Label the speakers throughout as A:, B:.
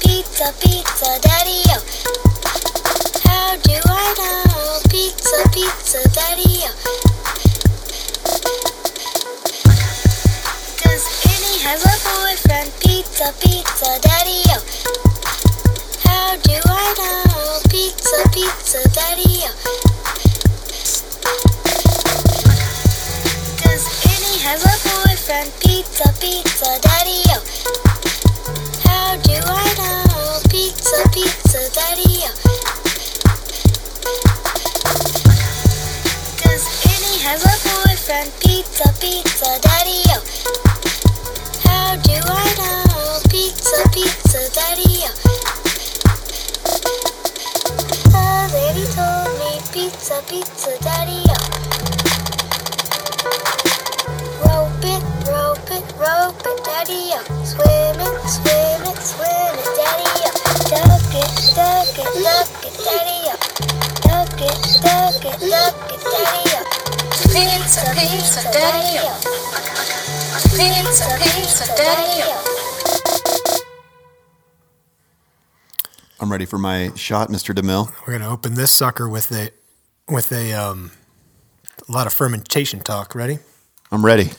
A: pizza, pizza, daddy-o. How do I know? Pizza, pizza, daddy-o. Does Penny have a boyfriend? Pizza, pizza, daddy-o. How do I know? Pizza, pizza, daddy-o. Does Penny have a boyfriend? Pizza, pizza, daddy-o. How do I know? Pizza, pizza, daddy-o. Does Penny have a boyfriend? Pizza, pizza, daddy-o. How do I know? Pizza, pizza, daddy-o. The lady told me pizza, pizza, daddy-o. Rope it, rope it, rope it, daddy up. Swim it, swim it, swim it, daddy up. Duck it, duck it, duck it, daddy up. Duck it, duck it, duck it, daddy up.
B: Pizza, pizza, daddy up. Pizza, pizza, daddy up.
C: I'm ready for my shot, Mr. DeMille.
D: We're gonna open this sucker with a with a um a lot of fermentation talk. Ready?
C: I'm ready.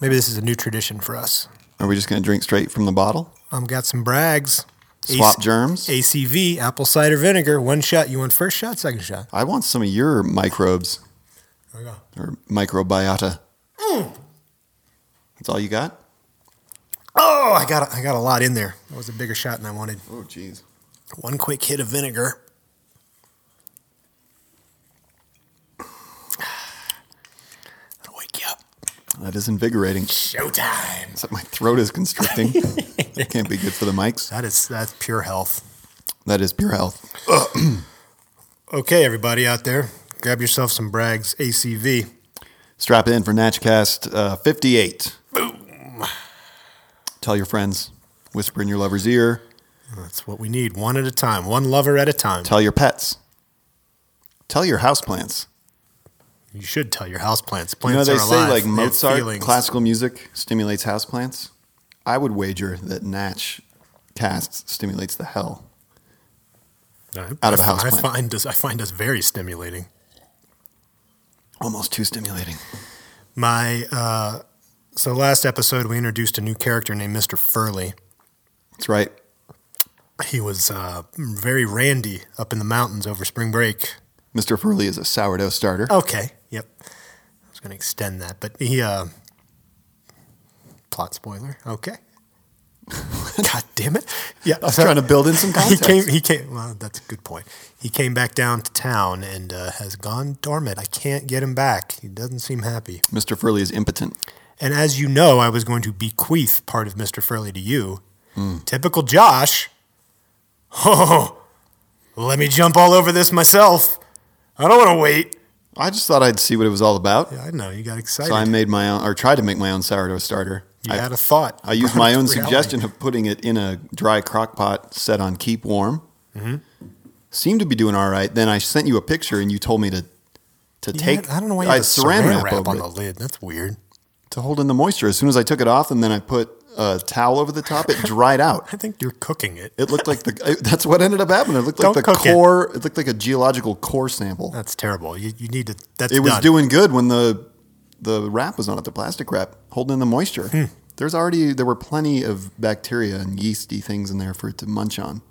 D: Maybe this is a new tradition for us.
C: Are we just going to drink straight from the bottle?
D: I've got some brags.
C: Swap germs?
D: ACV, apple cider vinegar, one shot. You want first shot, second shot?
C: I want some of your microbes
D: There we go.
C: or microbiota. That's all you got?
D: Oh, I got a, I got a lot in there. That was a bigger shot than I wanted.
C: Oh, jeez.
D: One quick hit of vinegar. That'll wake you up.
C: That is invigorating.
D: Showtime.
C: Except my throat is constricting. it can't be good for the mics.
D: That is that's pure health.
C: That is pure health.
D: Okay, everybody out there, grab yourself some Bragg's ACV.
C: Strap in for Natchcast uh, 58. Boom. Tell your friends. Whisper in your lover's ear.
D: That's what we need, one at a time, one lover at a time.
C: Tell your pets. Tell your houseplants.
D: You should tell your houseplants. Plants
C: You know,
D: are
C: they
D: alive.
C: say like
D: They have
C: Mozart
D: feelings.
C: classical music stimulates houseplants. I would wager that Natch cast stimulates the hell.
D: I-
C: out of
D: I-
C: houseplant.
D: I find us, I find us very stimulating.
C: Almost too stimulating.
D: My uh, so last episode we introduced a new character named Mister Furley.
C: That's right.
D: He was uh, very randy up in the mountains over spring break.
C: Mr. Furley is a sourdough starter.
D: Okay, yep. I was going to extend that, but he uh, plot spoiler. Okay. God damn it! Yeah,
C: I was trying to build in some
D: he
C: context.
D: came. He came. Well, that's a good point. He came back down to town and uh, has gone dormant. I can't get him back. He doesn't seem happy.
C: Mr. Furley is impotent.
D: And as you know, I was going to bequeath part of Mister Furley to you.
C: Hmm.
D: Typical Josh. Oh, let me jump all over this myself. I don't want to wait.
C: I just thought I'd see what it was all about.
D: I know you got excited.
C: so I made my own, or tried to make my own sourdough starter.
D: you
C: I,
D: had a thought.
C: I used my own
D: Reality.
C: suggestion of putting it in a dry crock pot set on keep warm.
D: Mm-hmm.
C: Seemed to be doing all right. Then I sent you a picture and you told me to to
D: You
C: take.
D: had- I don't know why you had a
C: saran
D: saran wrap,
C: over
D: on
C: it.
D: the lid. That's weird.
C: to hold in the moisture. As soon as I took it off and then I put a towel over the top, it dried out.
D: I think you're cooking it.
C: It looked like the. it- That's what ended up happening. It looked like
D: Don't
C: the
D: cook it.
C: core. It. looked like a geological core sample.
D: That's terrible. You, you need to. That's
C: it was
D: done.
C: doing good when the the wrap was on it, the plastic wrap, holding in the moisture.
D: Hmm.
C: There's already there were plenty of bacteria and yeasty things in there for it to munch on.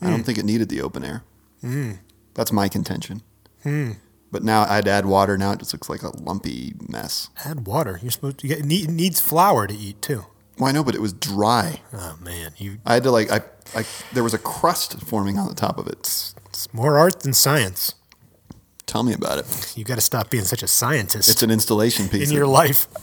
C: I
D: Hmm.
C: don't think it needed the open air. That's my contention.
D: Hmm.
C: But now I'd add water. Now it just looks like a lumpy mess.
D: Add water. You're supposed to. Get, it, need, it needs flour to eat too.
C: Well, I know, but it was dry.
D: Oh man, you.
C: I had to like I, I there was a crust forming on the top of it.
D: It's more art than science.
C: Tell me about it.
D: You got to stop being such a scientist
C: It's an installation piece.
D: in your life.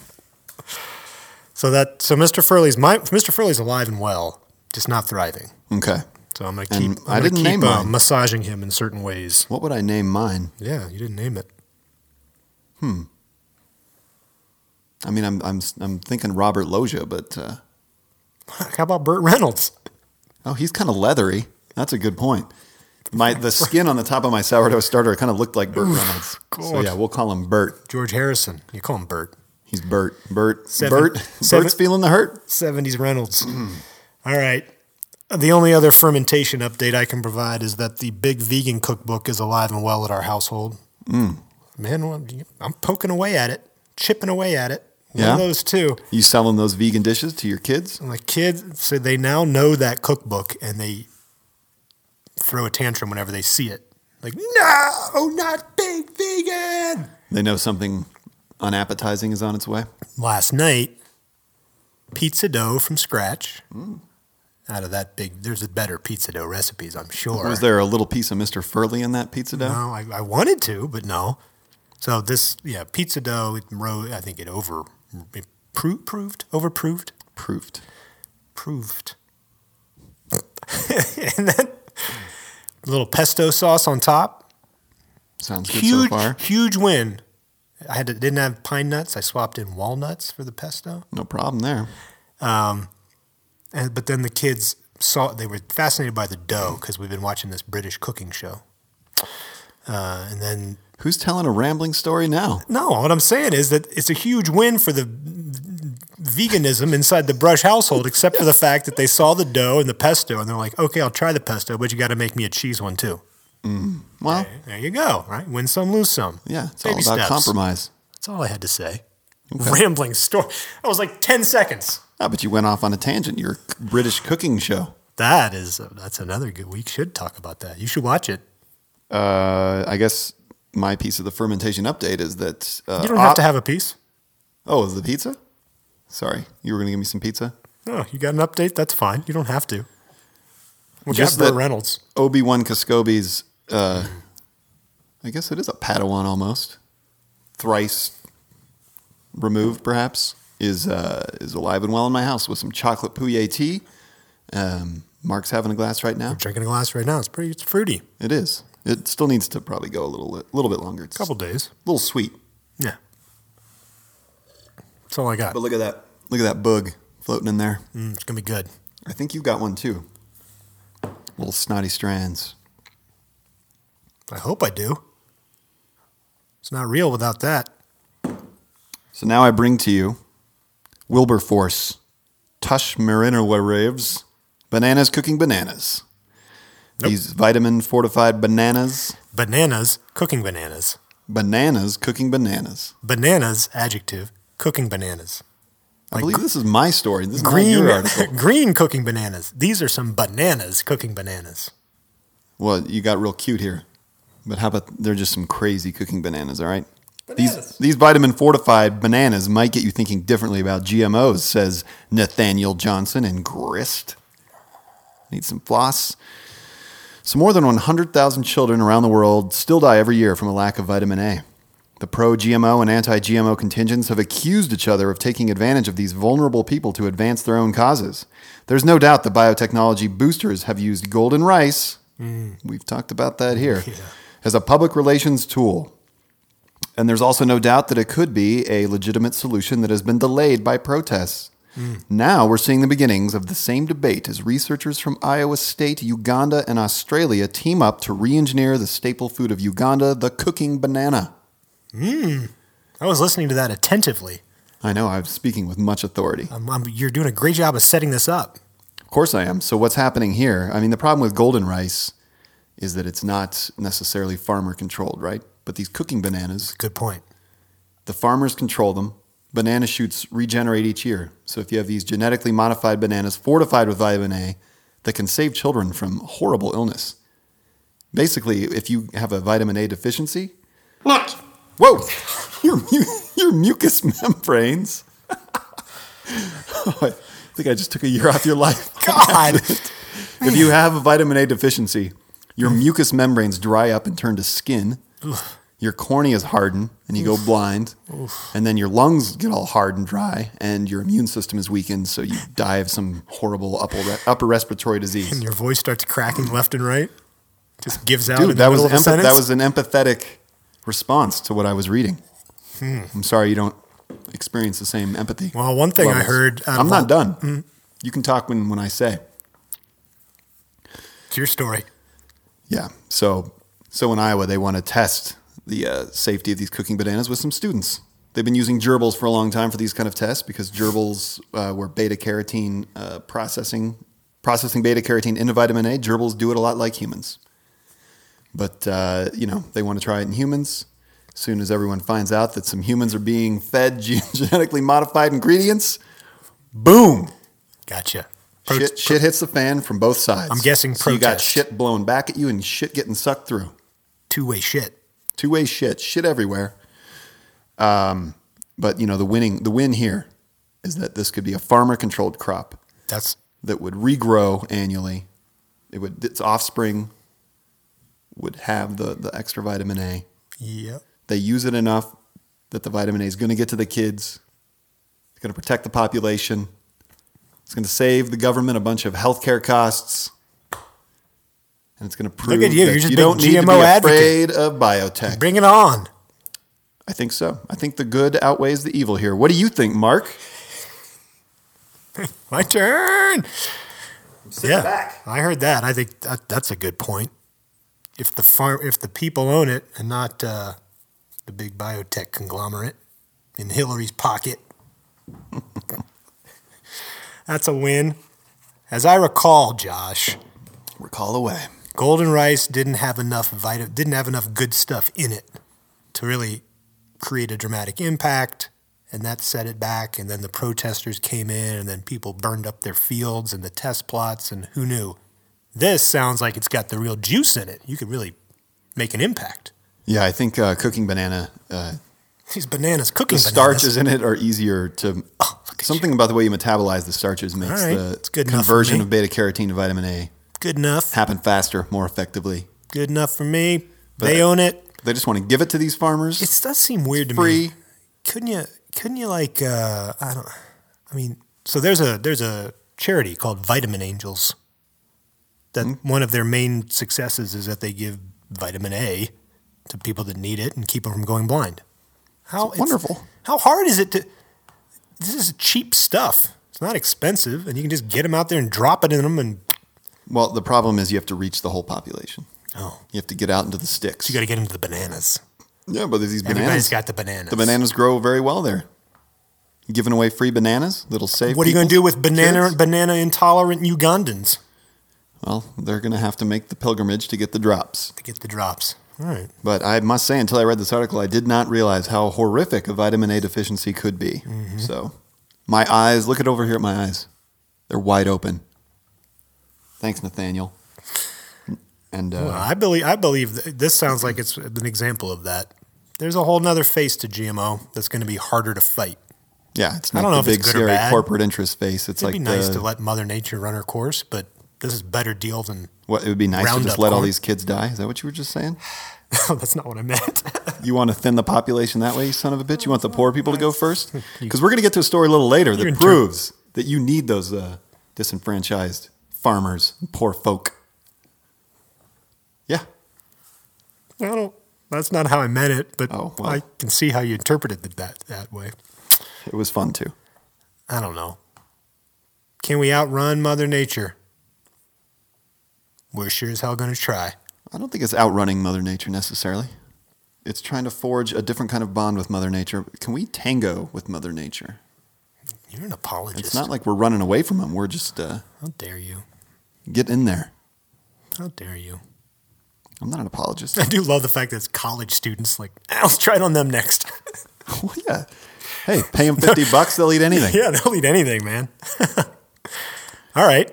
D: So that. So Mr. Furley's my Mr. Furley's alive and well, just not thriving.
C: okay.
D: So I'm gonna keep.
C: And
D: I'm
C: I
D: gonna
C: didn't
D: keep,
C: name
D: uh,
C: mine.
D: massaging him in certain ways.
C: What would I name mine?
D: Yeah, you didn't name it.
C: I mean, I'm I'm I'm thinking Robert Loggia, but uh,
D: How about Burt Reynolds?
C: oh, he's kind of leathery. That's a good point. My the skin on the top of my sourdough starter kind of looked like Bert Reynolds. So
D: God.
C: yeah, we'll call him Bert.
D: George Harrison. You call him Bert.
C: He's Bert. Bert.
D: Seven-
C: Bert.
D: seven-
C: Bert's feeling the hurt.
D: 70s Reynolds. All right. The only other fermentation update I can provide is that the big vegan cookbook is alive and well at our household. Man, well, I'm poking away at it, chipping away at it. One
C: Yeah?
D: of those two.
C: You selling those vegan dishes to your kids?
D: And the kids, so they now know that cookbook and they throw a tantrum whenever they see it. Like, no, not big vegan.
C: They know something unappetizing is on its way.
D: Last night, pizza dough from scratch. Mm. Out of that big, there's a better pizza dough recipes, I'm sure.
C: Was there a little piece of Mr. Furley in that pizza dough?
D: No, I, I wanted to, but no. So this, yeah, pizza dough, it ro- I think it over, it pro- proved, overproved,
C: Proofed.
D: proved. and then a little pesto sauce on top.
C: Sounds good
D: Huge,
C: so far.
D: huge win. I had to, didn't have pine nuts. I swapped in walnuts for the pesto.
C: No problem there.
D: Um, And, but then the kids saw they were fascinated by the dough because we've been watching this British cooking show. Uh, and then
C: Who's telling a rambling story now?
D: no, what I'm saying is that it's a huge win for the veganism inside the Brush household, except for the fact that they saw the dough and the pesto, and they're like, okay, I'll try the pesto, but you got to make me a cheese one too.
C: Well,
D: There you go, right? Win some, lose some.
C: yeah, it's
D: Baby
C: all about
D: steps.
C: compromise.
D: That's all I had to say. Rambling story. I was like ten seconds.
C: Ah, but you went off on a tangent. Your British cooking show.
D: That is uh, that's another good. We should talk about that. You should watch it.
C: Uh, I guess my piece of the fermentation update is that. Uh,
D: You don't have
C: op-
D: to have a piece.
C: Oh, is the pizza? Sorry, you were going to give me some pizza?
D: No, you got an update. That's fine. You don't have to. We
C: Just
D: got Burt
C: that-
D: Reynolds.
C: Obi Wan Kenobi's. Uh, I guess it is a Padawan almost. Thrice removed, perhaps is uh, is alive and well in my house with some chocolate pouillet tea. Um, Mark's having a glass right now.
D: Drinking a glass right now. It's pretty. It's fruity.
C: It is. It still needs to probably go a little li- little bit longer. It's
D: Couple days.
C: a little sweet,
D: Yeah. That's all I got.
C: but look at that. Look at that bug floating in there.
D: Mm, it's gonna be good.
C: I think you've got one too. Little snotty strands.
D: I hope I do. It's not real without that.
C: So now I bring to you Wilberforce, Tush Mariner Raves, Bananas Cooking Bananas. These vitamin fortified bananas,
D: Bananas, cooking bananas.
C: bananas cooking bananas.
D: Bananas, adjective, cooking bananas.
C: I believe this is my story. This is not your
D: Green,
C: article.
D: green cooking bananas. These are some bananas cooking bananas.
C: well, you got real cute here. But how about they're just some crazy cooking bananas, all right? These, these vitamin fortified bananas might get you thinking differently about GMOs, says Nathaniel Johnson and Grist. Need some floss. So, more than 100,000 children around the world still die every year from a lack of vitamin A. The pro GMO and anti GMO contingents have accused each other of taking advantage of these vulnerable people to advance their own causes. There's no doubt the biotechnology boosters have used golden rice, we've talked about that here, as a public relations tool. And there's also no doubt that it could be a legitimate solution that has been delayed by protests. Now we're seeing the beginnings of the same debate as researchers from Iowa State, Uganda, and Australia team up to re engineer the staple food of Uganda, the cooking banana.
D: I was listening to that attentively.
C: I know, I'm speaking with much authority.
D: Um um, you're doing a great job of setting this up.
C: Of course I am. So what's happening here? I mean, the problem with golden rice is that it's not necessarily farmer controlled, right? But these cooking bananas,
D: Good point.
C: the farmers control them. Banana shoots regenerate each year. So if you have these genetically modified bananas fortified with vitamin A that can save children from horrible illness. Basically, if you have a vitamin A deficiency,
E: Look,
C: whoa, your, mu- your mucous membranes. oh, I think I just took a year off your life.
D: God,
C: If you have a vitamin A deficiency, your
D: Mm.
C: mucous membranes dry up and turn to skin. Your corneas harden and you go blind. And then your lungs get all hard and dry, and your immune system is weakened, so you die of some horrible upper, re- upper respiratory disease.
D: your voice starts cracking left and right. Just gives out. in
C: Dude,
D: the
C: that was,
D: middle of a
C: empath-
D: sentence.
C: that was an empathetic response to what I was reading. I'm sorry you don't experience the same empathy.
D: Hmm. Well, one thing I heard out
C: I'm
D: of all- Mm.
C: not done. You can talk when, when I say.
D: It's your story.
C: Yeah. So, so in Iowa, they want to test the uh, safety of these cooking bananas with some students. They've been using gerbils for a long time for these kind of tests because gerbils uh, were beta carotene uh, processing Processing beta carotene into vitamin A, gerbils do it a lot like humans. But, uh, you know, they want to try it in humans. As soon as everyone finds out that some humans are being fed gen- genetically modified ingredients, boom,
D: Gotcha. Pro-
C: shit, shit hits the fan from both sides.
D: I'm guessing
C: So you got
D: protest.
C: shit blown back at you and shit getting sucked through.
D: Two way shit.
C: Two way shit, shit everywhere. Um, but you know the winning, the win here is that this could be a farmer controlled crop
D: That's
C: that would regrow annually. It would its offspring would have the the extra vitamin A.
D: yep.
C: They use it enough that the vitamin A is going to get to the kids. It's going to protect the population. It's going to save the government a bunch of healthcare costs. And it's going to prove
D: at you,
C: that
D: you're just
C: you
D: being
C: don't need to be
D: GMO advocate.
C: afraid of biotech.
D: Bring it on.
C: I think so. I think the good outweighs the evil here. What do you think, Mark?
D: My turn. yeah,
C: back.
D: I heard that. I think that, that's a good point. If the farm, if the people own it and not uh, the big biotech conglomerate in Hillary's pocket, that's a win. As I recall, Josh,
C: Recall away.
D: golden rice didn't have enough vita- didn't have enough good stuff in it to really create a dramatic impact and that set it back and then the protesters came in and then people burned up their fields and the test plots and who knew this sounds like it's got the real juice in it you could really make an impact
C: Yeah, I think uh, cooking banana, uh,
D: these bananas cooking
C: the
D: bananas. Oh,
C: starches in it are easier to.
D: look at
C: something about the way you metabolize the starches makes
D: right.
C: the
D: It's good enough for
C: conversion
D: me.
C: of beta carotene to vitamin A
D: good enough
C: happen faster, more effectively.
D: good enough for me they
C: But-
D: own it
C: They just want to give it to these farmers.
D: it does seem weird to me
C: free.
D: couldn't you couldn't you like uh i don't i mean so there's a there's a charity called vitamin angels that
C: Hmm?
D: one of their main successes is that they give vitamin a to people that need it and keep them from going blind how it's-
C: wonderful.
D: how hard is it to this is cheap stuff it's not expensive and you can just get them out there and drop it in them and
C: Well, the problem is you have to reach the whole population.
D: oh
C: You have to get out into the sticks.
D: you got to get into the bananas
C: yeah, but there's these
D: everybody's
C: bananas.
D: got the bananas
C: the bananas grow very well there. You giving away free bananas that'll save.
D: what are you going to
C: people,
D: do with banana
C: kids?
D: banana intolerant ugandans
C: Well, they're going to have to make the pilgrimage to get the drops.
D: to get the drops all right
C: But I must say, until I read this article, I did not realize how horrific a vitamin A deficiency could be.
D: Mm-hmm.
C: So, my eyes, look at over here at my eyes. They're wide open. Thanks, Nathaniel. And uh,
D: Well, I believe I believe th- this sounds like it's an example of that. There's a whole nother face to GMO that's going to be harder to fight.
C: yeah, it's
D: I
C: not
D: don't know if
C: the
D: it's
C: big,
D: good or
C: scary
D: bad.
C: corporate interest face. It's
D: It'd
C: like
D: be nice
C: the-
D: to let Mother Nature run her course, but this is better deal than.
C: what, it would be nice
D: round
C: to just
D: up
C: let all
D: corn.
C: these kids die. Is that what you were just saying?
D: No, Oh, that's not what I meant.
C: You want to thin the population that way, you son of a bitch? You want the poor people to go first? Because we're going to get to a story a little later
D: You're in
C: that
D: turn-
C: proves that you need those uh, disenfranchised farmers, and poor folk. Yeah.
D: I don't. That's not how I meant it, but
C: Oh, well.
D: I can see how you interpreted it that that way.
C: It was fun too.
D: I don't know. Can we outrun Mother Nature? We're sure as hell going to try.
C: I don't think it's outrunning Mother Nature necessarily. It's trying to forge a different kind of bond with Mother Nature. Can we tango with Mother Nature?
D: You're an
C: It's
D: apologist.
C: not like we're running away from them. We're just uh,
D: how dare you?
C: get in there.
D: How dare you?
C: I'm not an apologist.
D: I do love the fact that it's college students. Like, "Ah, let's try it on them next.
C: well, yeah. Hey, pay them 50 bucks, they'll eat anything.
D: yeah, they'll eat anything, man. All right.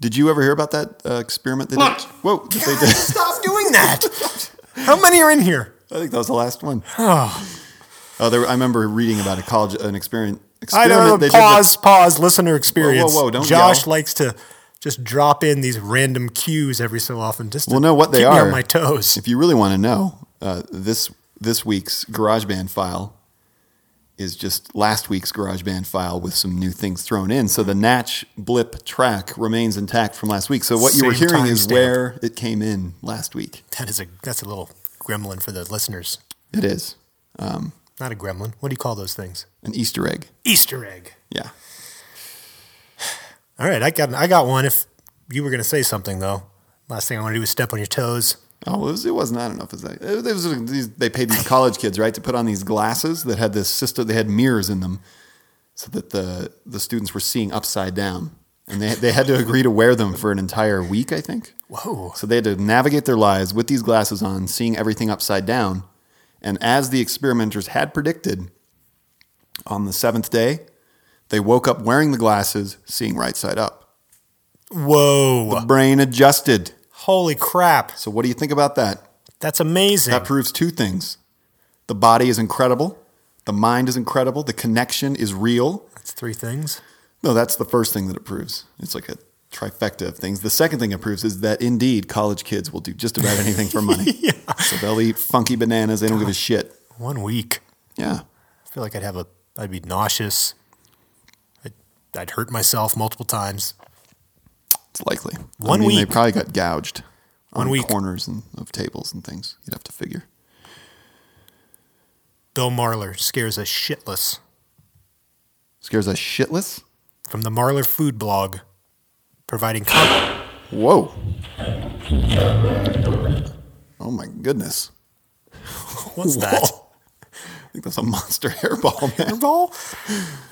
C: Did you ever hear about that uh, experiment? They did?
D: What?
C: Whoa, that they did.
D: Stop doing that. How many are in here?
C: I think that was the last one. Oh, there, I remember reading about a college, an experiment.
D: I
C: experiment
D: don't know.
C: did with-
D: Pause, pause, listener experience.
C: whoa, don't
D: Josh
C: yell.
D: likes to just drop in these random cues every so often just to
C: Well, no, what they
D: keep me
C: are-
D: on my toes.
C: if you really want to know, uh, this this week's GarageBand file is just last week's GarageBand file with some new things thrown in. So the Natch blip track remains intact from last week. So what you were
D: Same
C: hearing is
D: timestamp.
C: where it came in last week.
D: That is a that's a little gremlin for the listeners.
C: It is
D: Not a gremlin. What do you call those things?
C: an Easter egg.
D: Easter egg.
C: Yeah.
D: All right, I got I got one. If you were going to say something though, last thing I want to do is step on your toes.
C: Oh, it was, it wasn't. I don't know if it's that. It was, it was these, they paid these college kids right to put on these glasses that had this system. They had mirrors in them, so that the the students were seeing upside down. and they they had to agree to wear them for an entire week, I think.
D: Whoa.
C: So they had to navigate their lives with these glasses on, seeing everything upside down. And as the experimenters had predicted, on the seventh day, they woke up wearing the glasses, seeing right side up.
D: Whoa.
C: Brain adjusted.
D: Holy crap.
C: So, what do you think about that?
D: That's amazing.
C: That proves two things the body is incredible, the mind is incredible, the connection is real.
D: That's three things.
C: No, that's the first thing that it proves. It's like a trifecta of things. The second thing it proves is that indeed college kids will do just about anything for money. So they'll eat funky bananas. They don't give a shit.
D: One week.
C: Yeah.
D: I feel like I'd have a, I'd be nauseous. I'd, I'd hurt myself multiple times.
C: It's likely.
D: One
C: I mean, They
D: week.
C: probably got gouged on
D: One week.
C: corners and of tables and things. You'd have to figure.
D: Bill Marler scares us shitless
C: Scares us shitless.
D: from the Marler food blog, providing com-
C: Whoa. Oh my goodness.
D: what's that?
C: Whoa. I think that's a monster hairball, man.
D: Ball?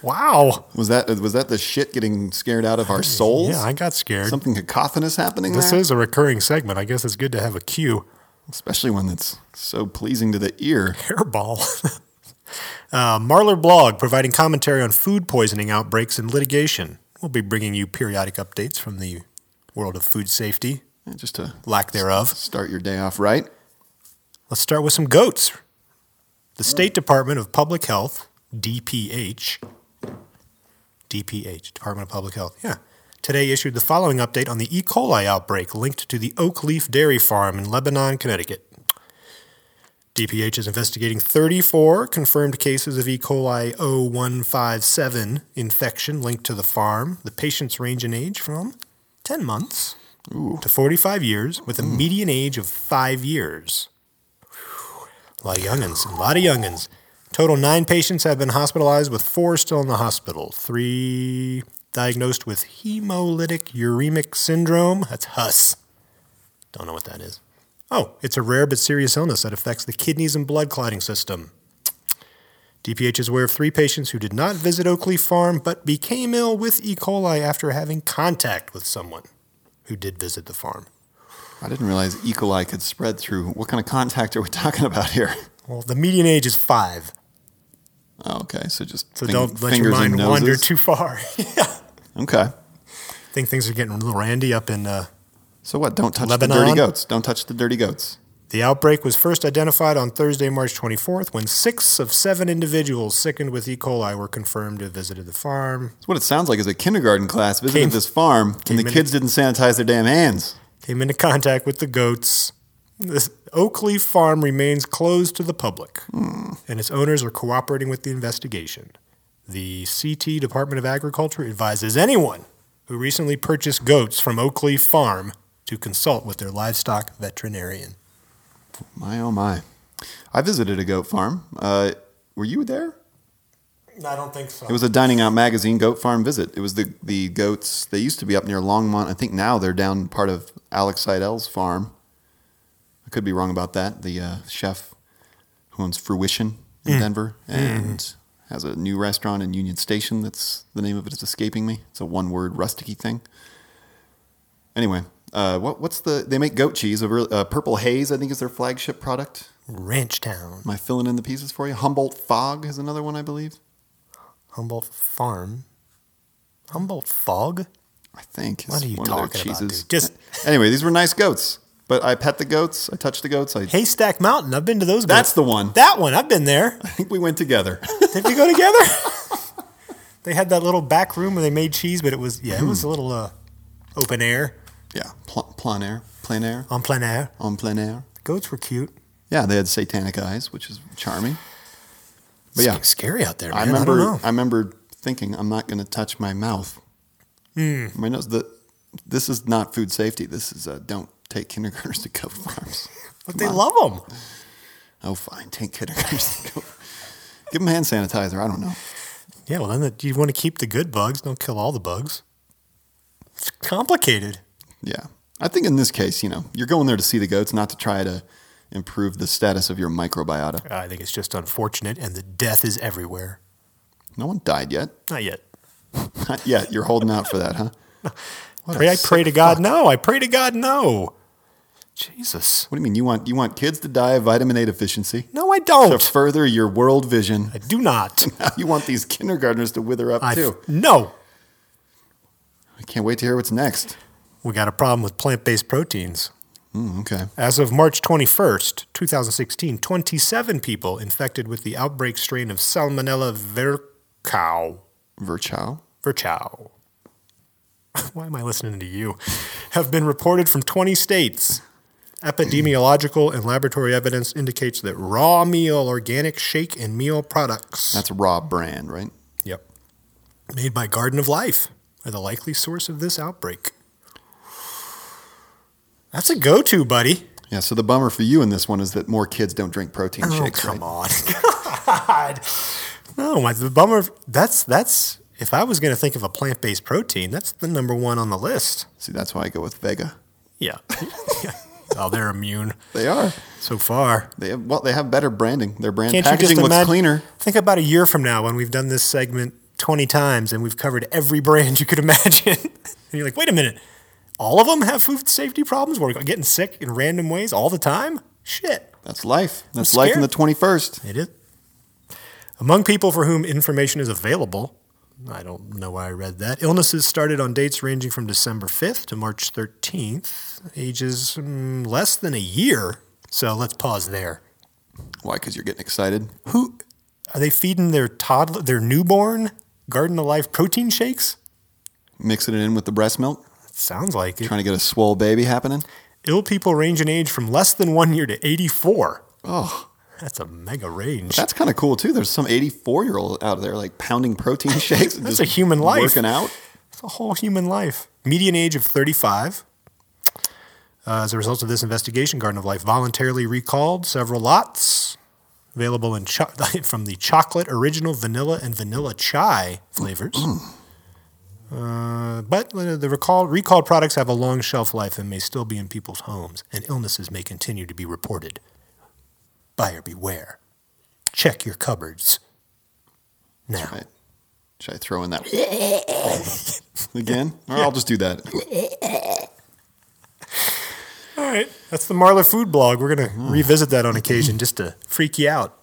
D: Wow.
C: Was that was that the shit getting scared out of our souls?
D: Yeah, I got scared.
C: Something cacophonous happening
D: this
C: there?
D: is a recurring segment. I guess it's good to have a cue.
C: Especially when it's so pleasing to the ear.
D: Hairball. uh, Marler blog providing commentary on food poisoning outbreaks and litigation. We'll be bringing you periodic updates from the world of food safety,
C: Yeah, Just to
D: lack thereof.
C: start your day off right.
D: Let's start with some goats. The State Department of Public Health, DPH, DPH, Department of Public Health, yeah, today issued the following update on the E. coli outbreak linked to the Oak Leaf Dairy Farm in Lebanon, Connecticut. DPH is investigating 34 confirmed cases of E. coli 0157 infection linked to the farm. The patients range in age from 10 months to 45 years, with a median age of five years. A lot of youngins. A lot of youngins. Total nine patients have been hospitalized, with four still in the hospital. Three diagnosed with hemolytic uremic syndrome. That's HUS. Don't know what that is. Oh, it's a rare but serious illness that affects the kidneys and blood clotting system. DPH is aware of three patients who did not visit Oakley Farm but became ill with E. coli after having contact with someone who did visit the farm.
C: I didn't realize E. coli could spread through. What kind of contact are we talking about here?
D: Well, the median age is five.
C: Oh, okay, so just
D: So
C: fing-
D: don't let your
C: fingers and
D: mind wander
C: noses.
D: too far. yeah.
C: Okay,
D: Think things are getting a little randy up in uh,
C: so what? Don't touch the
D: Lebanon?
C: dirty goats. Don't touch the dirty goats.
D: the outbreak was first identified on Thursday, March 24th, when six of seven individuals sickened with E. coli were confirmed to have visited the farm.
C: That's what it sounds like is a kindergarten class visited
D: Came-
C: this farm and the
D: came in-
C: kids didn't sanitize their damn hands.
D: Came into contact with the goats. This Oakleaf farm remains closed to the public, and its owners are cooperating with the investigation. The CT Department of Agriculture advises anyone who recently purchased goats from Oakleaf Farm to consult with their livestock veterinarian.
C: My oh my! I visited a goat farm. Uh, were you there?
D: I don't think so.
C: It was a dining out magazine goat farm visit. It was the the goats. They used to be up near Longmont. I think now they're down part of Alex Seidel's farm. I could be wrong about that. The uh, chef who owns Fruition in Denver and has a new restaurant in Union Station. That's the name of it is escaping me. It's a one word rusticy thing. Anyway, uh, what what's the they make goat cheese? A real, uh, Purple Haze, I think, is their flagship product.
D: Ranch Town,
C: Am I filling in the pieces for you? Humboldt Fog is another one, I believe.
D: Humboldt Farm, Humboldt Fog.
C: I think.
D: What
C: is
D: are you
C: one of their
D: talking about,
C: cheeses.
D: dude? Just-
C: anyway, these were nice goats, but I pet the goats. I touched the goats. I,
D: Haystack Mountain. I've been to those.
C: That's
D: goats.
C: the one.
D: That one. I've been there.
C: I think we went together.
D: Did we go together? they had that little back room where they made cheese, but it was yeah, it was a little uh, open air
C: yeah, pl- plein air, plein air,
D: en plein air.
C: en plein air.
D: The goats were cute.
C: Yeah, they had satanic eyes, which is charming. But
D: It's
C: yeah,
D: scary out there. Man.
C: I
D: I
C: remember.
D: don't
C: I,
D: know.
C: remember thinking, I'm not going to touch my mouth.
D: Hmm.
C: My nose. The, this is not food safety. This is uh, don't take kindergartners to goat farms.
D: but
C: Come
D: they
C: on.
D: love 'em. love them.
C: Oh, fine. Take kindergartners to goat. Give them hand sanitizer. I don't know.
D: Yeah, well then the, you want to keep the good bugs. Don't kill all the bugs. It's complicated.
C: Yeah. I think in this case, you know, you're going there to see the goats, not to try to improve the status of your microbiota.
D: I think it's just unfortunate, and the death is everywhere.
C: No one died yet.
D: Not yet.
C: Not yet. You're holding out for that, huh? What a
D: Pray, I
C: sick
D: pray to God,
C: fuck.
D: no. I pray to God, no. Jesus.
C: What do you mean? You want you want kids to die of vitamin A deficiency
D: No, I
C: to
D: don't.
C: further your world vision?
D: I do not.
C: You want these kindergartners to wither up
D: I
C: too.
D: no.
C: I can't wait to hear what's next.
D: We got a problem with plant-based proteins.
C: Mm, okay.
D: As of March 21st, 2016, 27 people infected with the outbreak strain of Salmonella virchow.
C: Virchow.
D: Virchow. Why am I listening to you? Have been reported from 20 states. Epidemiological and laboratory evidence indicates that raw meal, organic shake, and meal products.
C: That's raw brand, right?
D: Yep. Made by Garden of Life are the likely source of this outbreak. That's a go to, buddy.
C: Yeah. So the bummer for you in this one is that more kids don't drink protein shakes.
D: Oh, come
C: right?
D: on. God. No, my, the bummer. That's, that's, if I was going to think of a plant based protein, that's the number one on the list.
C: See, that's why I go with Vega.
D: Yeah. oh, they're immune
C: They are.
D: so far.
C: They have well, they have better branding. Their brand
D: Can't you
C: packaging
D: just
C: looks
D: imagine?
C: cleaner.
D: Think about a year from now when we've done this segment 20 times and we've covered every brand you could imagine. and you're like, wait a minute, all of them have food safety problems? We're getting sick in random ways all the time? Shit.
C: That's life. That's life in the
D: scared.
C: twenty first.
D: It is. Among people for whom information is available, I don't know why I read that. Illnesses started on dates ranging from December 5th to March 13th, ages mm, less than a year. So let's pause there.
C: Why? Because you're getting excited.
D: Who are they feeding their toddler, their newborn Garden of Life protein shakes?
C: Mixing it in with the breast milk,
D: Sounds like it.
C: trying to get a swole baby happening.
D: Ill people range in age from less than one year to 84.
C: Oh,
D: That's a mega range.
C: that's kind of cool too. There's some 84 year old out there like pounding protein shakes. and
D: That's a human life.
C: Working out.
D: It's a whole human life. Median age of 35. Uh, as a result of this investigation, Garden of Life voluntarily recalled several lots available in cho- from the chocolate, original, vanilla, and vanilla chai flavors. Uh, but uh, the recall, recalled products have a long shelf life and may still be in people's homes, and illnesses may continue to be reported. Buyer beware. Check your cupboards. Now.
C: Right. Should I throw in that again? Or I'll just do that.
D: All right. That's the Marla Food Blog. We're going to
C: Hmm.
D: revisit that on occasion just to freak you out.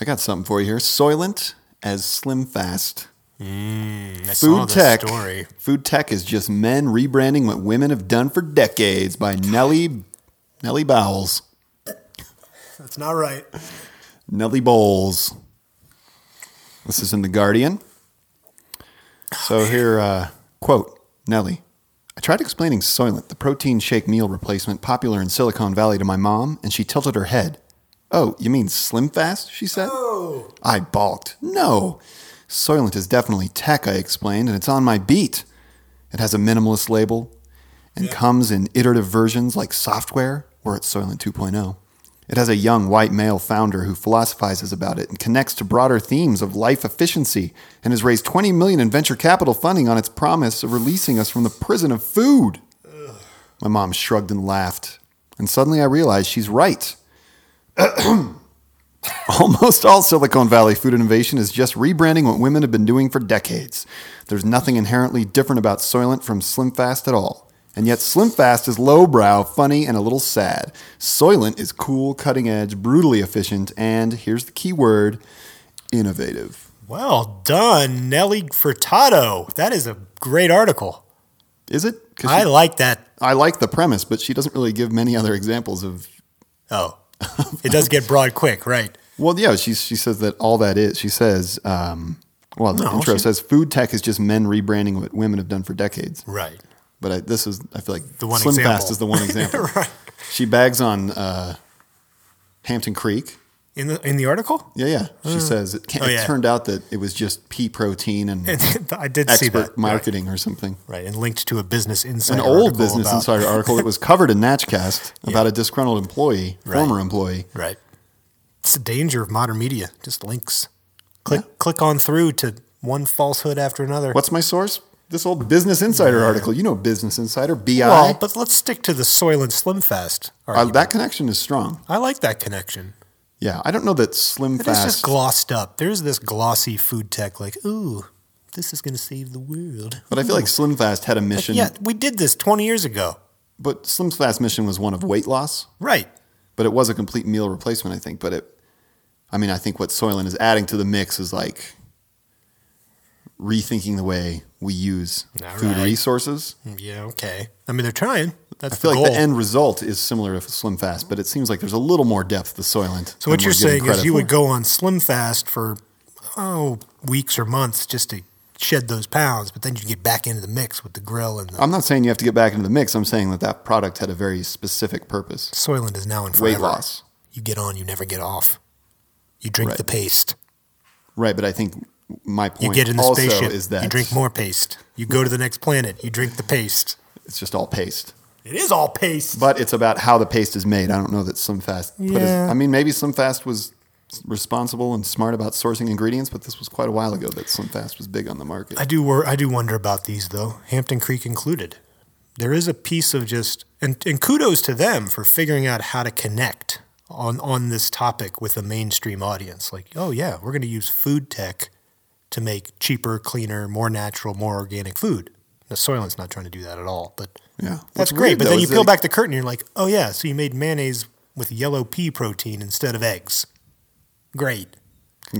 C: I got something for you here. Soylent as Slim Fast.
D: I saw
C: Food
D: this
C: tech.
D: story.
C: Food tech is just men rebranding what women have done for decades by Nellie Nellie Bowles.
D: That's not right.
C: Nellie Bowles. This is in The Guardian. So here, uh, quote, Nellie. I tried explaining Soylent, the protein shake meal replacement popular in Silicon Valley, to my mom, and she tilted her head. Oh, you mean Slim Fast? She said. I balked. No. Soylent is definitely tech, I explained, and it's on my beat. It has a minimalist label and comes in iterative versions like software, or it's Soylent 2.0. It has a young white male founder who philosophizes about it and connects to broader themes of life efficiency and has raised 20 million in venture capital funding on its promise of releasing us from the prison of food. My mom shrugged and laughed, and suddenly I realized she's right. Almost all Silicon Valley food innovation is just rebranding what women have been doing for decades. There's nothing inherently different about Soylent from Slim Fast at all. And yet, Slim Fast is lowbrow, funny, and a little sad. Soylent is cool, cutting edge, brutally efficient, and here's the key word innovative.
D: Well done, Nelly Furtado. That is a great article.
C: Is it? 'Cause
D: I
C: she-
D: like that.
C: I like the premise, but she doesn't really give many other examples of
D: Oh, it does get broad quick, right?
C: Well, yeah, she she says that all that is. She says, um, well, the
D: No,
C: intro
D: she-
C: says food tech is just men rebranding what women have done for decades.
D: Right.
C: But I, this is, I feel like
D: The one
C: Slim
D: example.
C: Fast is the one example.
D: right.
C: She bags on uh, Hampton Creek.
D: In the in the article,
C: Yeah, yeah. She says it, can't,
D: oh,
C: it
D: yeah.
C: turned out that it was just pea protein and
D: I did see
C: Hmm. expert
D: that.
C: marketing or something.
D: Right. right, and linked to a Business Insider,
C: An old
D: article
C: Business
D: about-
C: Insider article that was covered in Natchcast about a disgruntled employee,
D: Right.
C: former employee.
D: Right. It's the danger of modern media. Just links. Click click on through to one falsehood after another.
C: What's my source? This old Business Insider article. You know Business Insider, BI.
D: well, but let's stick to the Soylent Slim Fest.
C: Uh,
D: argument.
C: that connection is strong.
D: I like that connection.
C: Yeah, I don't know that Slim
D: It is
C: Fast.
D: just glossed up. There's this glossy food tech, like, ooh, This is going to save the world.
C: But I feel like Slim Fast had a
D: Like,
C: mission.
D: yeah, we did this 20 years ago.
C: But Slim Fast mission was one of weight loss,
D: Right.
C: but it was a complete meal replacement, I think. But it, I mean, I think what Soylent is adding to the mix is like rethinking the way we use
D: All
C: food
D: right.
C: resources.
D: Yeah, okay. I mean, they're trying. That's
C: I feel
D: the
C: like
D: goal.
C: the end result is similar to Slim Fast, but it seems like there's a little more depth to Soylent.
D: so
C: than we're
D: what you're
C: giving
D: saying is
C: credit
D: you
C: for.
D: would go on slim fast for oh weeks or months just to shed those pounds, but then you get back into the mix with the grill and the
C: I'm not saying you have to get back into the mix. I'm saying that that product had a very specific purpose.
D: Soylent is now in
C: Weight
D: forever.
C: loss.
D: You get on, you never get off. You drink
C: Right.
D: the paste.
C: Right, but I think my
D: You
C: point
D: get in the
C: also
D: spaceship.
C: is that
D: you drink more paste. You go to the next planet. You drink the paste.
C: it's just all paste.
D: It is all paste.
C: But it's about how the paste is made. I don't know that SlimFast put his,
D: Yeah.
C: I mean, maybe SlimFast was responsible and smart about sourcing ingredients, but this was quite a while ago that SlimFast was big on the market.
D: I do wor- I do wonder about these though, Hampton Creek included. There is a piece of just and, and kudos to them for figuring out how to connect on on this topic with the mainstream audience. Like, oh yeah, we're going to use food tech to make cheaper, cleaner, more natural, more organic food. Now, Soylent's not trying to do that at all, but
C: yeah.
D: that's
C: What's
D: great.
C: weird,
D: But
C: though,
D: then you
C: is
D: peel
C: that-
D: back the curtain, and you're like, oh yeah, so you made mayonnaise with yellow pea protein instead of eggs. Great. Got it.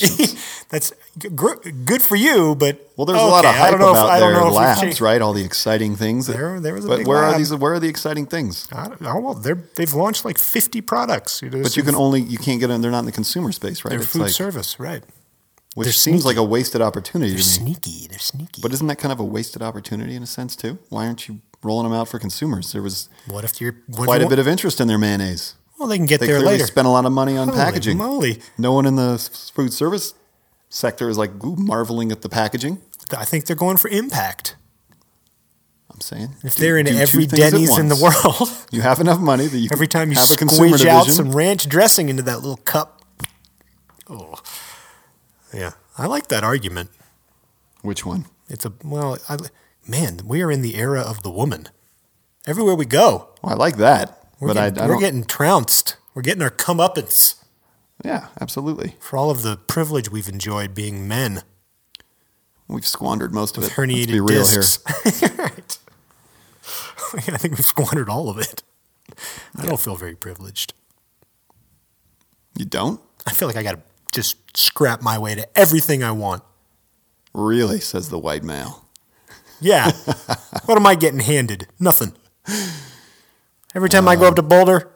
C: Congratulations.
D: That's g- gr- good for you, but
C: Well, there's a lot of
D: okay, I
C: hype
D: don't know if-
C: about
D: I don't know
C: their
D: if we've
C: labs,
D: changed-
C: right? All the exciting things. that-
D: There- there was a
C: but
D: big
C: where
D: lab.
C: are these? Where are the exciting things?
D: I don't know. Well, they're, they've launched like 50 products. You know,
C: But you can only you can't get in. They're not in the consumer space, right?
D: their
C: It's
D: food
C: like-
D: service, right?
C: which
D: they're
C: seems like
D: sneaky.
C: a wasted opportunity
D: They're
C: to me.
D: sneaky. They're sneaky.
C: But isn't that kind of a wasted opportunity in a sense too? Why aren't you rolling them out for consumers? There was
D: what if you're what if
C: quite
D: you
C: a bit
D: want-
C: of interest in their mayonnaise.
D: Well, they can get
C: They
D: there
C: clearly
D: later.
C: spent a lot of money on
D: Holy
C: packaging.
D: moly.
C: No one in the s- food service sector is like ooh, marveling at the packaging.
D: I think they're going for impact.
C: I'm saying
D: If
C: do-
D: they're in
C: do two
D: every
C: things at
D: Denny's in the
C: once.
D: world,
C: you have enough money that you
D: every
C: can
D: time you
C: have a consumer
D: squeeze out
C: division.
D: some ranch dressing into that little cup. Oh, yeah. I like that argument.
C: Which one?
D: It's a well, I, man. We are in the era of the woman. Everywhere we go,
C: Well, I like that,
D: we're,
C: but
D: getting,
C: I, I
D: we're
C: don't.
D: getting trounced. We're getting our comeuppance
C: yeah, absolutely.
D: for all of the privilege we've enjoyed being men
C: We've squandered most of it.
D: with
C: Let's be
D: herniated
C: real
D: discs. right. I think we've squandered all of it. I don't feel very privileged.
C: here. You don't
D: I feel like I got to just scrap my way to everything I want.
C: really, says the white male.
D: Yeah. what am I getting handed? Nothing. Every time I go up to Boulder,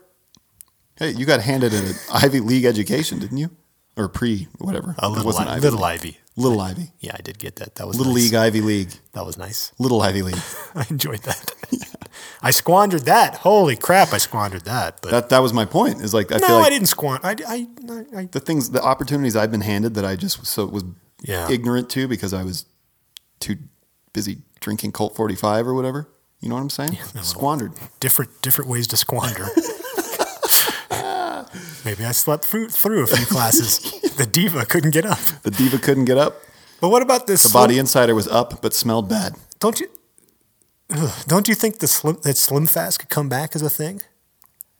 C: Hey, you got handed an Ivy League education, didn't you? Or pre whatever.
D: a
C: It
D: little,
C: wasn't
D: I-
C: Ivy
D: little
C: League.
D: Ivy.
C: Little Ivy.
D: Yeah, I did get that. That was
C: Little
D: nice.
C: League Ivy League.
D: That was nice.
C: Little Ivy League.
D: I enjoyed that. I squandered that. Holy crap! I squandered that. But
C: That that was my point. Is like I feel
D: no,
C: like
D: I didn't squander. I, I, I, I-
C: the things, the opportunities I've been handed that I just was- so was
D: Yeah.
C: ignorant to because I was too busy drinking Colt 45 or whatever. You know what I'm saying? Squandered.
D: different different ways to squander. Maybe I slept through, through a few classes. the diva couldn't get up.
C: The diva couldn't get up.
D: But what about this
C: The body insider was up but smelled bad.
D: Don't you? Ugh, don't you think the slim that slim fast could come back as a thing?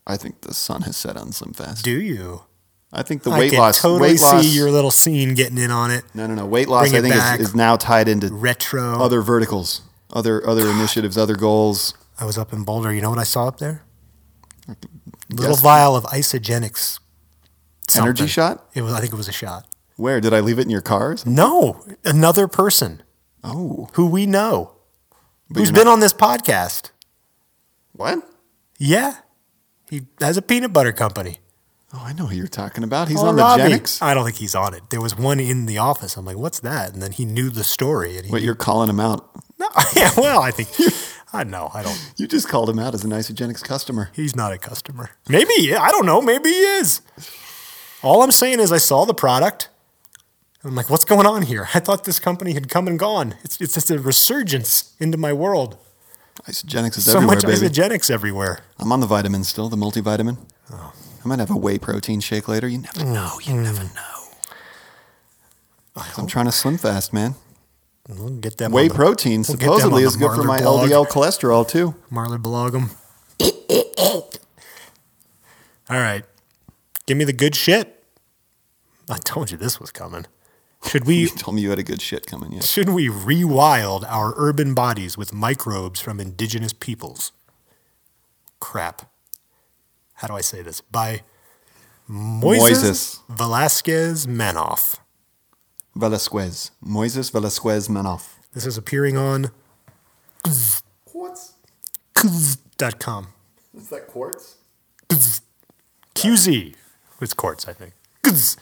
C: I think the sun has set on Slim Fast.
D: Do you?
C: I think the
D: I
C: weight
D: can
C: loss.
D: totally
C: weight
D: see
C: loss,
D: your little scene getting in on it.
C: No, no, no. Weight loss.
D: Bring
C: I
D: it
C: think
D: back.
C: is, is now tied into
D: Retro.
C: other verticals, other other initiatives, other goals.
D: I was up in Boulder. You know what I saw up there? Little
C: Yes.
D: vial of isogenics.
C: Energy
D: something.
C: shot?
D: It was. I think it was a shot.
C: Where did I leave it in your cars?
D: No, another person
C: Oh,
D: who we know,
C: But
D: who's
C: you're
D: been
C: not-
D: on this podcast.
C: what?
D: Yeah, he has a peanut butter company.
C: Oh, I know who you're talking about. He's
D: Oh,
C: on
D: Robbie.
C: Regenics.
D: I don't think he's on it. There was one in the office. I'm like, what's that? And then he knew the story. And he
C: Wait, you're calling him out?
D: No, yeah, well, I think I know. I don't.
C: You just called him out as an Isogenics customer.
D: He's not a customer. Maybe he- I don't know. Maybe he is. All I'm saying is I saw the product. I'm like, what's going on here? I thought this company had come and gone. It's it's just a resurgence into my world.
C: Isogenics is
D: So
C: everywhere,
D: much
C: baby.
D: isogenics everywhere.
C: I'm on the vitamin still, the multivitamin.
D: Oh.
C: I might have a whey protein shake later. You never.
D: No, you never know.
C: I'm trying to slim fast, man.
D: We'll get them
C: Whey
D: on the-
C: protein
D: we'll get them
C: supposedly
D: on
C: is
D: the
C: good for
D: Marler
C: my
D: blog.
C: LDL cholesterol too.
D: Marley Blogum. All right. Give me the good shit. I told you this was coming. Should we
C: You told me you had a good shit coming. Yeah.
D: should we rewild our urban bodies with microbes from indigenous peoples? Crap. How do I say this? By Moises, Velasquez Manoff.
C: Velasquez. Moises Velasquez Manoff.
D: This is appearing on
C: Quartz?
D: com.
C: Is that quartz?
D: QZ. It's quartz, I think. Gzz.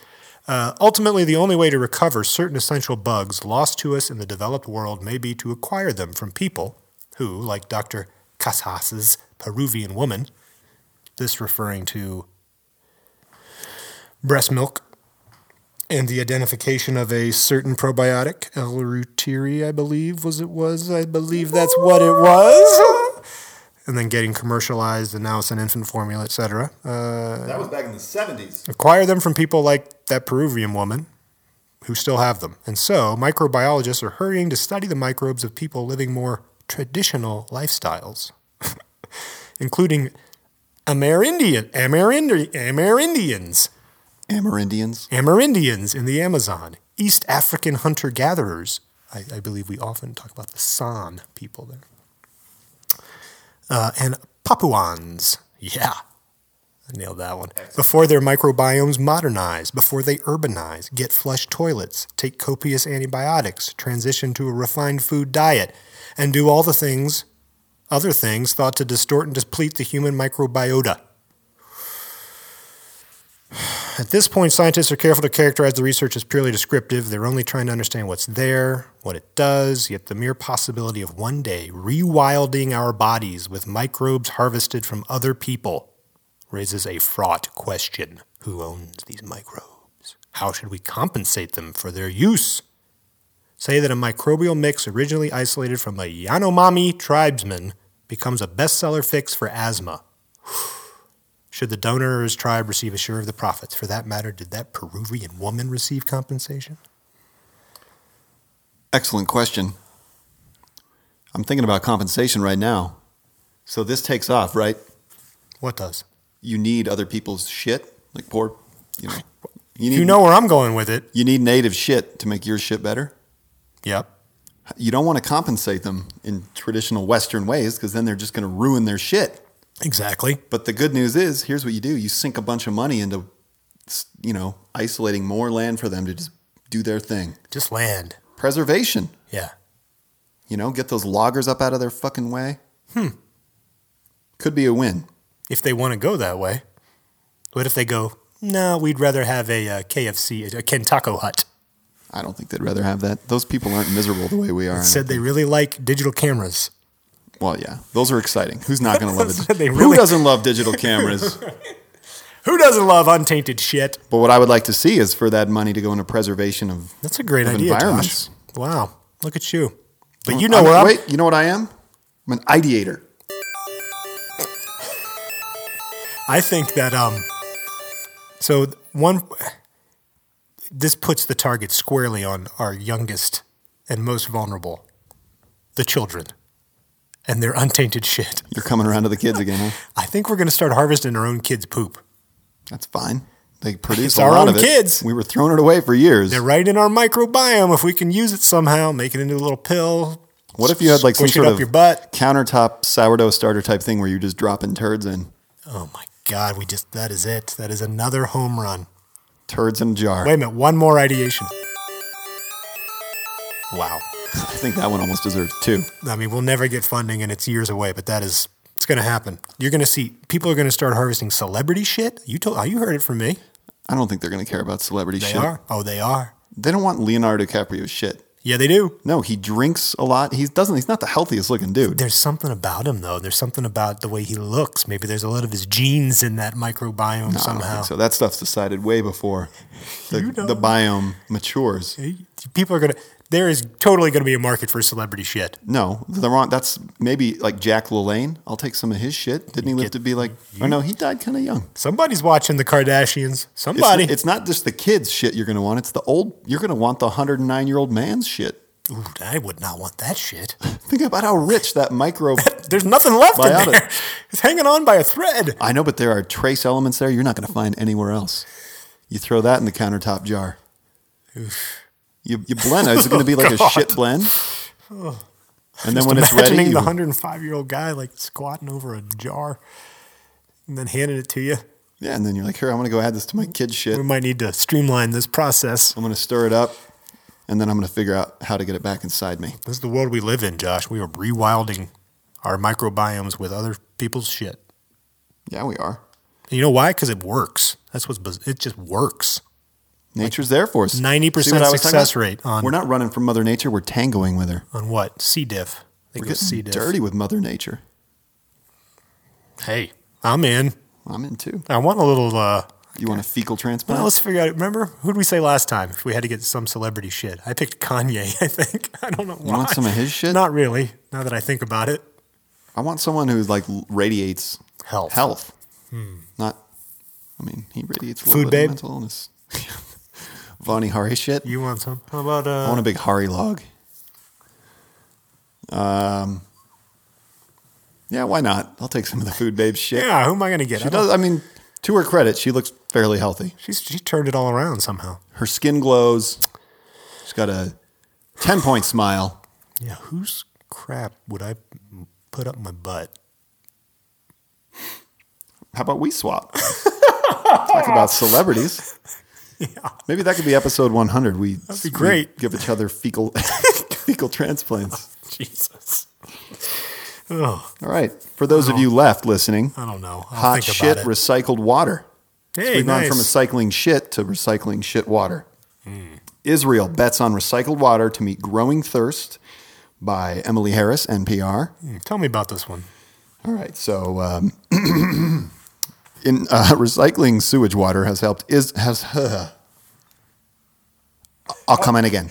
D: Uh, ultimately, the only way to recover certain essential bugs lost to us in the developed world may be to acquire them from people who, like Dr. Casas's Peruvian woman, this referring to breast milk, and the identification of a certain probiotic, L-reuteri, I believe, was it was. I believe that's what it was. And then getting commercialized, and now it's an infant formula, et cetera. Uh,
C: That was back in the 70s.
D: acquire them from people like that Peruvian woman who still have them. And so, microbiologists are hurrying to study the microbes of people living more traditional lifestyles, including Amerindian, Amerindi, Amerindians,
C: Amerindians.
D: Amerindians in the Amazon, East African hunter gatherers. I, I believe we often talk about the San people there. Uh, and Papuans. Yeah. I nailed that one. Before their microbiomes modernize, before they urbanize, get flush toilets, take copious antibiotics, transition to a refined food diet, and do all the things, other things thought to distort and deplete the human microbiota. At this point, scientists are careful to characterize the research as purely descriptive. They're only trying to understand what's there, what it does, yet the mere possibility of one day rewilding our bodies with microbes harvested from other people raises a fraught question who owns these microbes? How should we compensate them for their use? Say that a microbial mix originally isolated from a Yanomami tribesman becomes a bestseller fix for asthma. Should the donor or his tribe receive a share of the profits? For that matter, did that Peruvian woman receive compensation?
C: Excellent question. I'm thinking about compensation right now. So this takes off, right?
D: What does?
C: You need other people's shit, like poor, you know. You need,
D: You know where I'm going with it.
C: you need native shit to make your shit better.
D: Yep.
C: You don't want to compensate them in traditional Western ways because then they're just going to ruin their shit.
D: Exactly.
C: But the good news is, here's what you do: you sink a bunch of money into, you know, isolating more land for them to just do their thing.
D: Just land.
C: Preservation,
D: Yeah.
C: you know, get those loggers up out of their fucking way. Hmm. Could be a win.
D: If they want to go that way. What if they go, no, we'd rather have a, uh KFC, a Kentako hut?
C: I don't think they'd rather have that. Those people aren't miserable the way we are.
D: Said they really like digital cameras.
C: well, yeah, those are exciting. Who's not going to love it?
D: They
C: Who
D: really-
C: doesn't love digital cameras?
D: Who doesn't love untainted shit?
C: but what I would like to see is for that money to go into preservation of.
D: That's a great
C: Of
D: idea, Josh.
C: environments.
D: Wow. Look at you. But you know
C: I'm-
D: where I'm,
C: wait, you know what I am? I'm an ideator.
D: I think that um so th- one this puts the target squarely on our youngest and most vulnerable, the children and their untainted shit.
C: You're coming around to the kids again, huh?
D: I think we're going to start harvesting our own kids' poop.
C: That's fine. They produce
D: It's
C: a
D: our
C: lot
D: own
C: of it.
D: kids.
C: We were throwing it away for years.
D: They're right in our microbiome if we can use it somehow, make it into a little pill.
C: What if you had like some
D: squish
C: sort
D: it up
C: of
D: your butt?
C: countertop sourdough starter type thing where you're just dropping turds in,
D: Oh my god, we just that is it. That is another home run.
C: turds in a jar?
D: Wait a minute, one more ideation. Wow.
C: I think that one almost deserves two.
D: I mean, we'll never get funding and it's years away, but that is it's going to happen. You're going to see people are going to start harvesting celebrity shit. You told oh, you heard it from me.
C: I don't think they're going to care about celebrity
D: They
C: shit.
D: are. Oh, they are.
C: They don't want Leonardo DiCaprio's shit.
D: Yeah, they do.
C: No, he drinks a lot. He doesn't. He's not the healthiest looking dude.
D: There's something about him though. There's something about the way he looks. Maybe there's a lot of his genes in that microbiome
C: Oh, I don't
D: somehow.
C: think so that stuff's decided way before the,
D: You know.
C: the biome matures.
D: People are going to there is totally going to be a market for celebrity shit.
C: No, the wrong. That's maybe like Jack Lalanne. I'll take some of his shit. Didn't he live
D: get-
C: to be like? Oh no, he died kind of young.
D: Somebody's watching the Kardashians.
C: It's,
D: Somebody.
C: it's not just the kids' shit you're going to want. It's the old. You're going to want the 109 year old man's shit.
D: Ooh, I would not want that shit.
C: Think about how rich that micro.
D: There's nothing left
C: Buy out
D: in there.
C: it.
D: It's hanging on by a thread.
C: I know, but there are trace elements there you're not going to find anywhere else. You throw that in the countertop jar. You, you blend it. Is it going to be like a
D: Oh, God. Oh.
C: shit blend? And then
D: Just
C: when it's
D: imagining
C: ready, you-
D: the 105 year old guy like squatting over a jar and then handing it to you.
C: yeah, and then you're like, here, I'm going to go add this to my kid's shit.
D: We might need to streamline this process.
C: I'm going to stir it up, and then I'm going to figure out how to get it back inside me.
D: This is the world we live in, Josh. We are rewilding our microbiomes with other people's shit.
C: Yeah, we are.
D: And you know why? Because it works. That's what's biz- it just works.
C: Nature's there for us.
D: 90%
C: See what I was talking
D: success
C: about?
D: rate on
C: We're not running from Mother Nature. We're tangoing with her.
D: on what? C diff. They
C: We're
D: go C
C: getting
D: diff.
C: dirty with Mother Nature.
D: Hey, I'm in.
C: I'm in too.
D: I want a little. uh
C: You want a fecal transplant?
D: well, let's figure out. Remember, who did we say last time? If we had to get some celebrity shit, I picked Kanye. I think I don't know why.
C: you want some of his shit?
D: Not really. Now that I think about it,
C: I want someone who like radiates
D: health.
C: health. Not, I mean, he radiates a little
D: Hmm. Food
C: bit of
D: babe?
C: mental illness. Vonnie Hari shit.
D: You want some? How about
C: I want
D: uh?
C: a big Hari log. Um, yeah, why not? I'll take some of the food babe shit.
D: Yeah. Who am I gonna get?
C: She
D: I don't-
C: does. I mean, to her credit, she looks fairly healthy.
D: She's she turned it all around somehow.
C: Her skin glows. She's got a ten point smile.
D: Yeah. Whose crap would I put up my butt?
C: How about we swap? Talk about celebrities. Maybe that could be episode 100. We That'd
D: be great.
C: give each other fecal fecal transplants.
D: Jesus. Oh,
C: All right. For those of you left listening,
D: I don't know. I'll
C: hot
D: think
C: shit
D: About it.
C: recycled water.
D: hey,
C: We've
D: nice.
C: gone from recycling shit to recycling shit water. Israel bets on recycled water to meet growing thirst by Emily Harris, NPR.
D: Mm, Tell me about this one.
C: All right. So, um, in uh, recycling sewage water has helped is has. I'll come in again.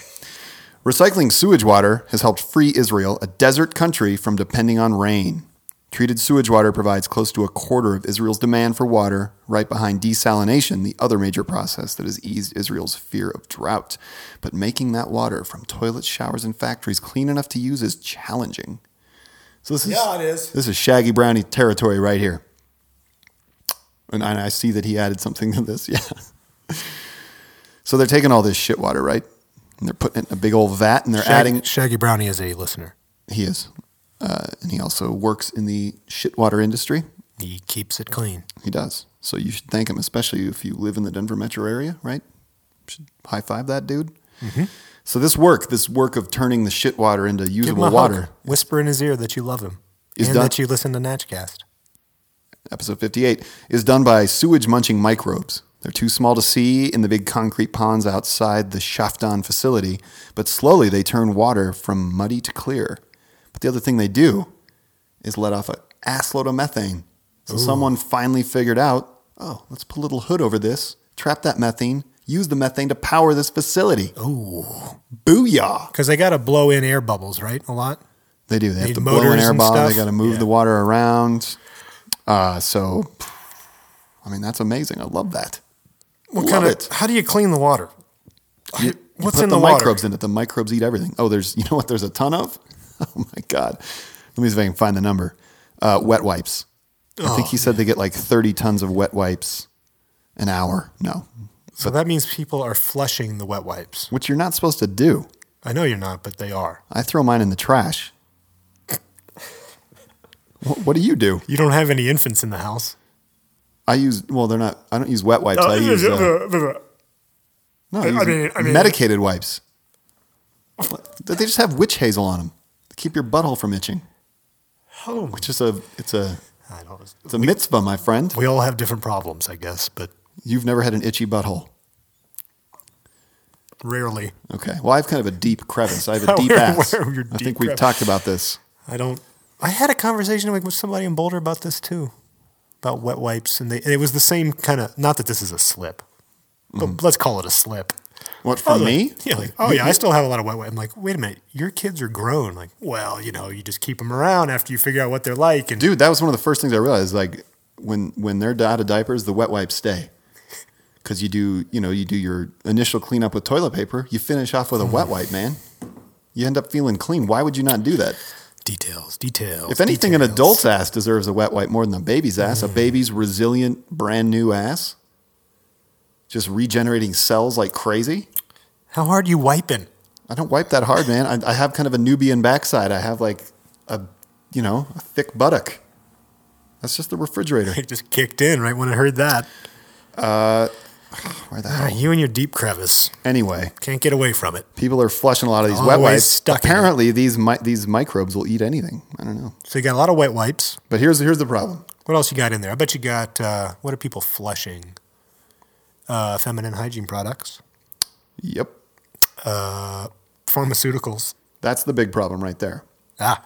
C: Recycling sewage water has helped free Israel, a desert country, from depending on rain. Treated sewage water provides close to a quarter of Israel's demand for water, right behind desalination, the other major process that has eased Israel's fear of drought. But making that water from toilets, showers, and factories clean enough to use is challenging. So this is
D: Yeah, it is.
C: this is Shaggy Brownie territory right here. And I, I see that he added something to this. Yeah. So they're taking all this shit water, right? And they're putting it in a big old vat and they're
D: Shaggy,
C: adding.
D: Shaggy Brownie is a listener.
C: He is. Uh, and he also works in the shit water industry.
D: He keeps it clean.
C: He does. So you should thank him, especially if you live in the Denver metro area, right? Should high five that dude. So this work, this work of turning the shit water into
D: Mm-hmm. Give him
C: usable
D: a
C: water,
D: hug. Whisper in his ear that you love him
C: He's
D: and
C: done.
D: that you listen to Natchcast.
C: episode 58, is done by sewage munching microbes. They're too small to see in the big concrete ponds outside the Shaftan facility, but slowly they turn water from muddy to clear. But the other thing they do is let off a assload of methane. So someone finally figured out, oh, let's put a little hood over this, trap that methane, use the methane to power this facility. Oh, booyah!
D: Because they got to blow in air bubbles, right? A lot.
C: They do. They have
D: Need
C: to blow an
D: motors
C: air
D: and
C: bomb. They
D: stuff?
C: got to move
D: Yeah.
C: the water around. Uh, so, I mean, that's amazing. I love that.
D: What
C: Love
D: kind of?
C: it.
D: How do you clean the water?
C: You- you
D: What's
C: put
D: in
C: the,
D: the water?
C: microbes in it? The microbes eat everything. Oh, there's you know what? There's a ton of. Oh my god. Let me see if I can find the number. Uh, wet wipes. I think he
D: Oh.
C: said they get like 30 tons of wet wipes an hour. No,
D: So that means people are flushing the wet wipes.
C: which you're not supposed to do.
D: I know you're not, but they are.
C: I throw mine in the trash. what, what do you do?
D: You don't have any infants in the house.
C: I use well, they're not. I don't use wet wipes. I use uh, No, I,
D: I
C: mean,
D: mean- I mean-
C: medicated wipes. What? They just have witch hazel on them to keep your butthole from itching.
D: oh,
C: It's just a, it's a,
D: I don't.
C: it's a mitzvah, my friend.
D: We all have different problems, I guess, but
C: You've never had an itchy butthole.
D: rarely.
C: Okay. Well, I have kind of a deep crevice. I have a deep
D: Where-
C: ass.
D: where are your
C: I
D: deep
C: think we've
D: crevice?
C: talked about this.
D: I don't. I had a conversation with with somebody in Boulder about this too, about wet wipes, and, they, and it was the same kind of. Not that this is a slip, but let's call it a slip.
C: What Mm-hmm. for
D: Oh,
C: me?
D: like- yeah, like, oh yeah, I still have a lot of wet wipes. I'm like, wait a minute, your kids are grown. Like, well, you know, you just keep them around after you figure out what they're like, and
C: dude that was one of the first things i realized like when when they're out of diapers the wet wipes stay because you do you know you do your initial cleanup with toilet paper you finish off with a wet wipe man you end up feeling clean why would you not do that
D: details, details.
C: if anything an
D: details.
C: adult's ass deserves a wet wipe more than a baby's ass a baby's resilient brand new ass just regenerating cells like crazy
D: How hard you wiping?
C: I don't wipe that hard, man. I, I have kind of a Nubian backside. I have like a, you know, a thick buttock. That's just the refrigerator.
D: It just kicked in right when I heard that.
C: Where the
D: Ah,
C: hell?
D: you and your deep crevice
C: Anyway,
D: can't get away from it.
C: people are flushing a lot of these wet
D: Always
C: wipes.
D: stuck in it.
C: Apparently, these mi- these microbes will eat anything. I don't know.
D: So you got a lot of wet wipes.
C: But here's here's the problem.
D: What else you got in there? I bet you got uh, what are people flushing? Uh, feminine hygiene products,
C: Yep,
D: pharmaceuticals.
C: that's the big problem right there.
D: Ah,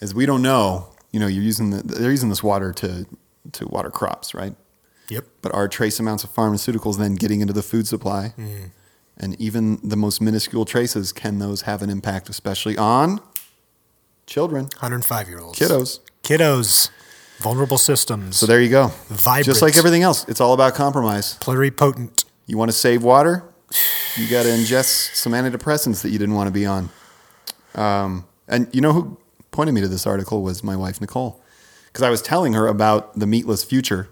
C: Is we don't know. You know, you're using the, they're using this water to to water crops, right?
D: yep.
C: But are trace amounts of pharmaceuticals then getting into the food supply?
D: Hmm.
C: And even the most minuscule traces, can those have an impact, especially on children,
D: 105 year olds.
C: kiddos?
D: Kiddos. Vulnerable systems.
C: So there you go.
D: Vibrant.
C: Just like everything else, it's all about compromise.
D: pluripotent.
C: You want to save water, you got to ingest some antidepressants that you didn't want to be on. Um, and you know who pointed me to this article was my wife Nicole, because I was telling her about the meatless future.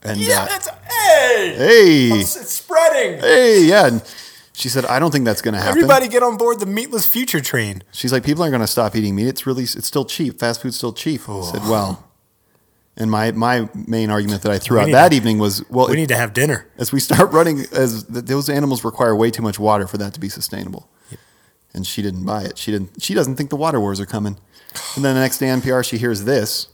C: And yeah,
D: that's hey.
C: hey,
D: It's spreading.
C: hey, yeah. And she said, I don't think that's going to happen.
D: Everybody get on board the meatless future train.
C: She's like, people aren't going to stop eating meat. It's really, it's still cheap. Fast food's still cheap. I said, well, and my my main argument that I threw
D: We
C: out
D: need
C: that
D: to-
C: evening was, well,
D: We need to have dinner.
C: as we start running, as th- those animals require way too much water for that to be sustainable. And she didn't buy it. She didn't. She doesn't think the water wars are coming. And then the next day, NPR, she hears this.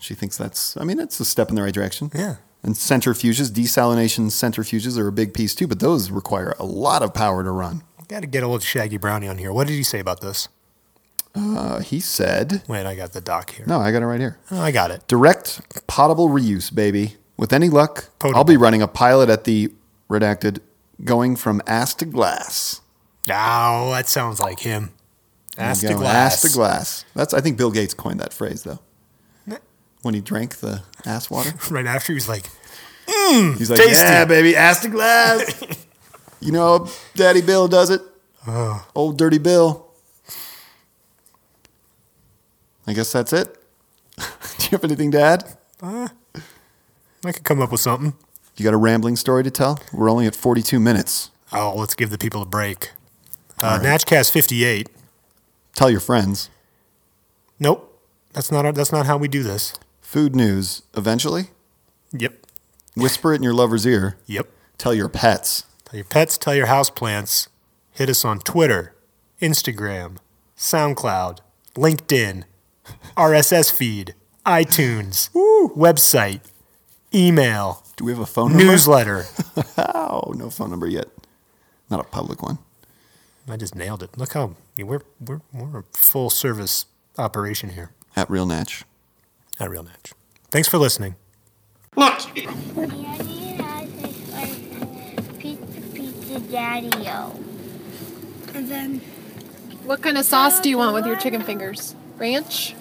C: She thinks that's. I mean, that's a step in the right direction.
D: Yeah.
C: And centrifuges, desalination centrifuges are a big piece too, but those require a lot of power to run.
D: Got to get old Shaggy Brownie on here. What did he say about this?
C: Uh, he said,
D: Wait, I got the doc here.
C: "No, I got it right here.
D: Oh, I got it.
C: Direct potable reuse, baby. With any luck,
D: Potable.
C: I'll be running a pilot at the redacted, going from ass to glass."
D: Now that sounds like him. Ass
C: You
D: to
C: go,
D: glass.
C: Ass to glass. That's I think Bill Gates coined that phrase though. When he drank the ass water,
D: Right after he was like,
C: he's like,
D: Tasty.
C: "Yeah, baby, ass to glass." you know, how Daddy Bill does it.
D: Oh.
C: Old dirty Bill. I guess that's it. Do you have anything to add?
D: I could come up with something.
C: You got a rambling story to tell? We're only at 42 minutes.
D: Oh, let's give the people a break. Uh, Natchcast 58.
C: Tell your friends.
D: Nope. That's not, our, that's not how we do this.
C: Food news eventually.
D: Yep.
C: Whisper it in your lover's ear.
D: Yep.
C: Tell your pets.
D: Tell your pets, tell your houseplants. Hit us on Twitter, Instagram, SoundCloud, LinkedIn, RSS feed, iTunes, website, email,
C: Do we have a phone number?
D: newsletter.
C: Oh, no phone number yet. Not a public one.
D: I just nailed it. Look how we're we're we're a full service operation here
C: At Real Natch.
D: at Real Natch. Thanks for listening.
A: Pizza, pizza, daddy-o.
E: What kind of sauce do you want with your chicken fingers? Ranch?